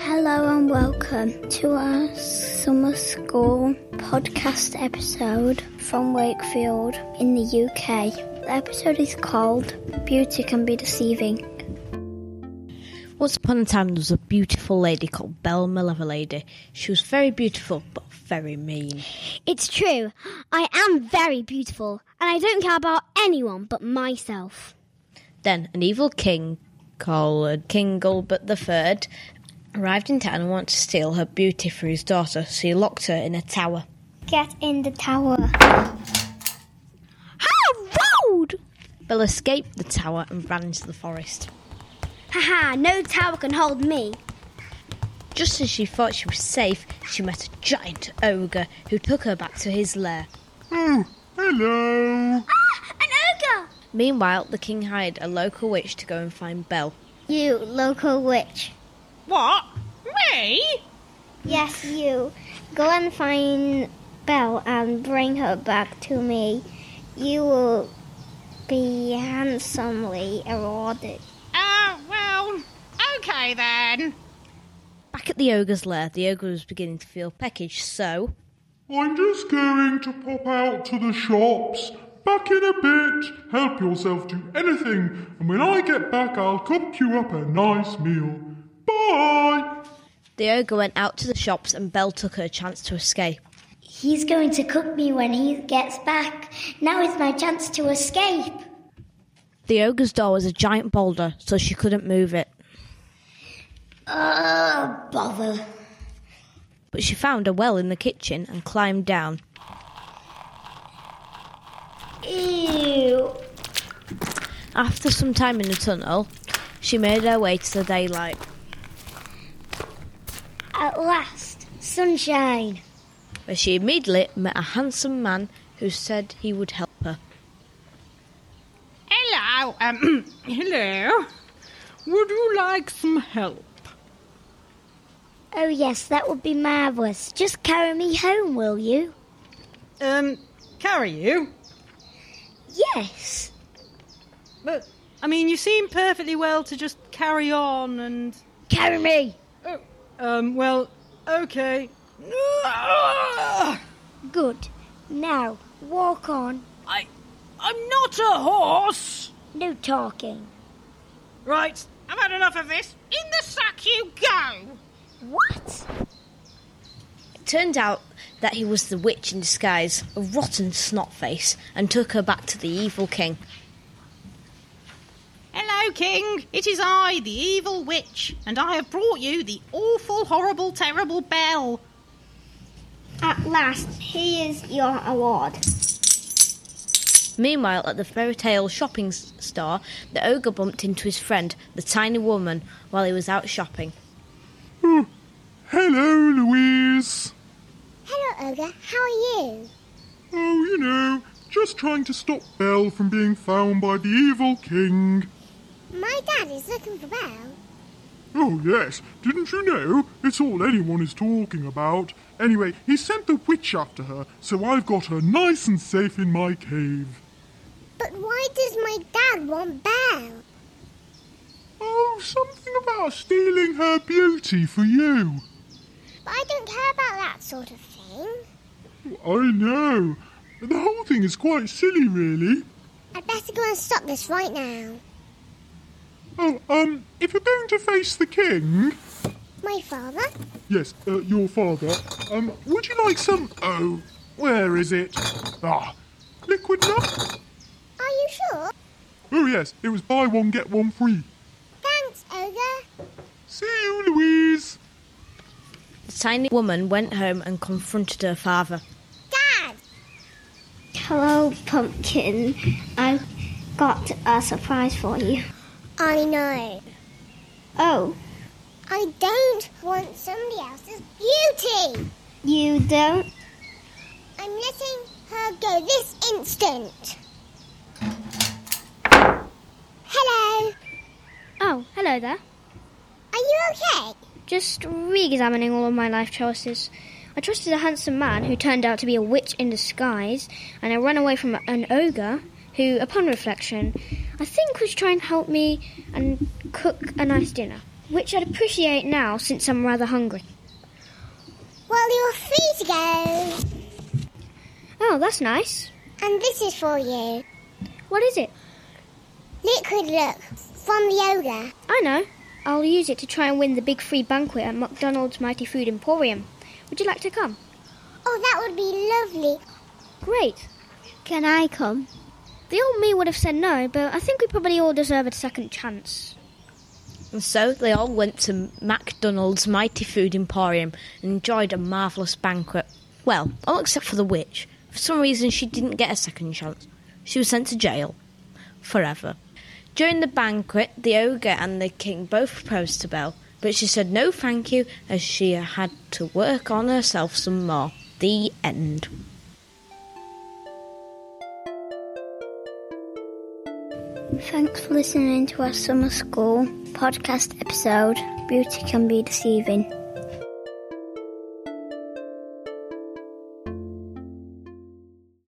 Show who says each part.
Speaker 1: Hello and welcome to our summer school podcast episode from Wakefield in the UK. The episode is called Beauty Can Be Deceiving.
Speaker 2: Once upon a time, there was a beautiful lady called Belle Malevolady. She was very beautiful, but very mean.
Speaker 3: It's true. I am very beautiful, and I don't care about anyone but myself.
Speaker 2: Then an evil king called King Gulbert III arrived in town and wanted to steal her beauty for his daughter, so he locked her in a tower.
Speaker 1: Get in the tower.
Speaker 3: How rude!
Speaker 2: Belle escaped the tower and ran into the forest.
Speaker 3: Haha, no tower can hold me.
Speaker 2: Just as she thought she was safe, she met a giant ogre who took her back to his lair.
Speaker 4: Hello.
Speaker 1: Ah,
Speaker 3: An ogre!
Speaker 2: Meanwhile, the king hired a local witch to go and find Belle.
Speaker 1: You local witch.
Speaker 5: What? Me?
Speaker 1: Yes, you. Go and find Belle and bring her back to me. You will be handsomely rewarded.
Speaker 5: Oh, well, okay then.
Speaker 2: Back at the ogre's lair, the ogre was beginning to feel peckish, so
Speaker 4: I'm just going to pop out to the shops. Back in a bit. Help yourself to anything, and when I get back, I'll cook you up a nice meal. Bye.
Speaker 2: the ogre went out to the shops and Belle took her chance to escape.
Speaker 6: He's going to cook me when he gets back. Now is my chance to escape.
Speaker 2: The ogre's door was a giant boulder, so she couldn't move it,
Speaker 6: Oh, bother.
Speaker 2: but she found a well in the kitchen and climbed down.
Speaker 6: Ew.
Speaker 2: After some time in the tunnel, she made her way to the daylight.
Speaker 1: At last, sunshine.
Speaker 2: where she immediately met a handsome man who said he would help her.
Speaker 5: Hello, um, hello. Would you like some help?
Speaker 1: Oh, yes, that would be marvellous. Just carry me home, will you?
Speaker 5: Um, carry you?
Speaker 1: Yes.
Speaker 5: But, I mean, you seem perfectly well to just carry on and.
Speaker 1: Carry me.
Speaker 5: Oh, um, well, okay.
Speaker 1: Good. Now, walk on.
Speaker 5: I. I'm not a horse!
Speaker 1: No talking.
Speaker 5: Right, I've had enough of this. In the sack you go!
Speaker 1: What?
Speaker 2: It turned out that he was the witch in disguise, a rotten snotface, and took her back to the evil king.
Speaker 5: Hello, King. It is I, the evil witch, and I have brought you the awful, horrible, terrible bell.
Speaker 1: At last, here is your award.
Speaker 2: Meanwhile, at the fairy tale shopping s- store, the ogre bumped into his friend, the tiny woman, while he was out shopping.
Speaker 4: Hello, Louise.
Speaker 6: Hello, Ogre. How are you?
Speaker 4: Oh, you know, just trying to stop Belle from being found by the evil king.
Speaker 6: My dad is looking for Belle.
Speaker 4: Oh, yes. Didn't you know? It's all anyone is talking about. Anyway, he sent the witch after her, so I've got her nice and safe in my cave.
Speaker 6: But why does my dad want Belle?
Speaker 4: Oh, something about stealing her beauty for you.
Speaker 6: But I don't care about that sort of thing.
Speaker 4: I know. The whole thing is quite silly, really.
Speaker 6: I'd better go and stop this right now.
Speaker 4: Oh, um, if you're going to face the king.
Speaker 6: My father?
Speaker 4: Yes, uh, your father. Um, would you like some. Oh, where is it? Ah, liquid nut?
Speaker 6: Are you sure?
Speaker 4: Oh, yes, it was buy one, get one free.
Speaker 6: Thanks, Ogre.
Speaker 4: See you, Louise.
Speaker 2: The tiny woman went home and confronted her father.
Speaker 6: Dad!
Speaker 1: Hello, pumpkin. I've got a surprise for you.
Speaker 6: I know.
Speaker 1: Oh,
Speaker 6: I don't want somebody else's beauty.
Speaker 1: you don't?
Speaker 6: I'm letting her go this instant. Hello,
Speaker 1: Oh, hello there.
Speaker 6: are you okay?
Speaker 1: Just re examining all of my life choices. I trusted a handsome man who turned out to be a witch in disguise, and I ran away from an ogre who, upon reflection, I think was trying to help me and cook a nice dinner.
Speaker 3: which I'd appreciate now since I'm rather hungry.
Speaker 6: Well, you're free to go.
Speaker 3: Oh, that's nice.
Speaker 6: And this is for you.
Speaker 3: What is it?
Speaker 6: Liquid look from Yoga.
Speaker 3: I know. I'll use it to try and win the big free banquet at McDonald's Mighty Food Emporium. Would you like to come?
Speaker 6: Oh, that would be lovely.
Speaker 3: Great.
Speaker 1: Can I come?
Speaker 3: The old me would have said no, but I think we probably all deserve a second chance.
Speaker 2: And so they all went to MacDonald's Mighty Food Emporium and enjoyed a marvellous banquet. Well, all except for the witch. For some reason, she didn't get a second chance. She was sent to jail. Forever. During the banquet, the ogre and the king both proposed to Belle, but she said no thank you as she had to work on herself some more. The end.
Speaker 1: Thanks for listening to our summer school podcast episode, Beauty Can Be Deceiving.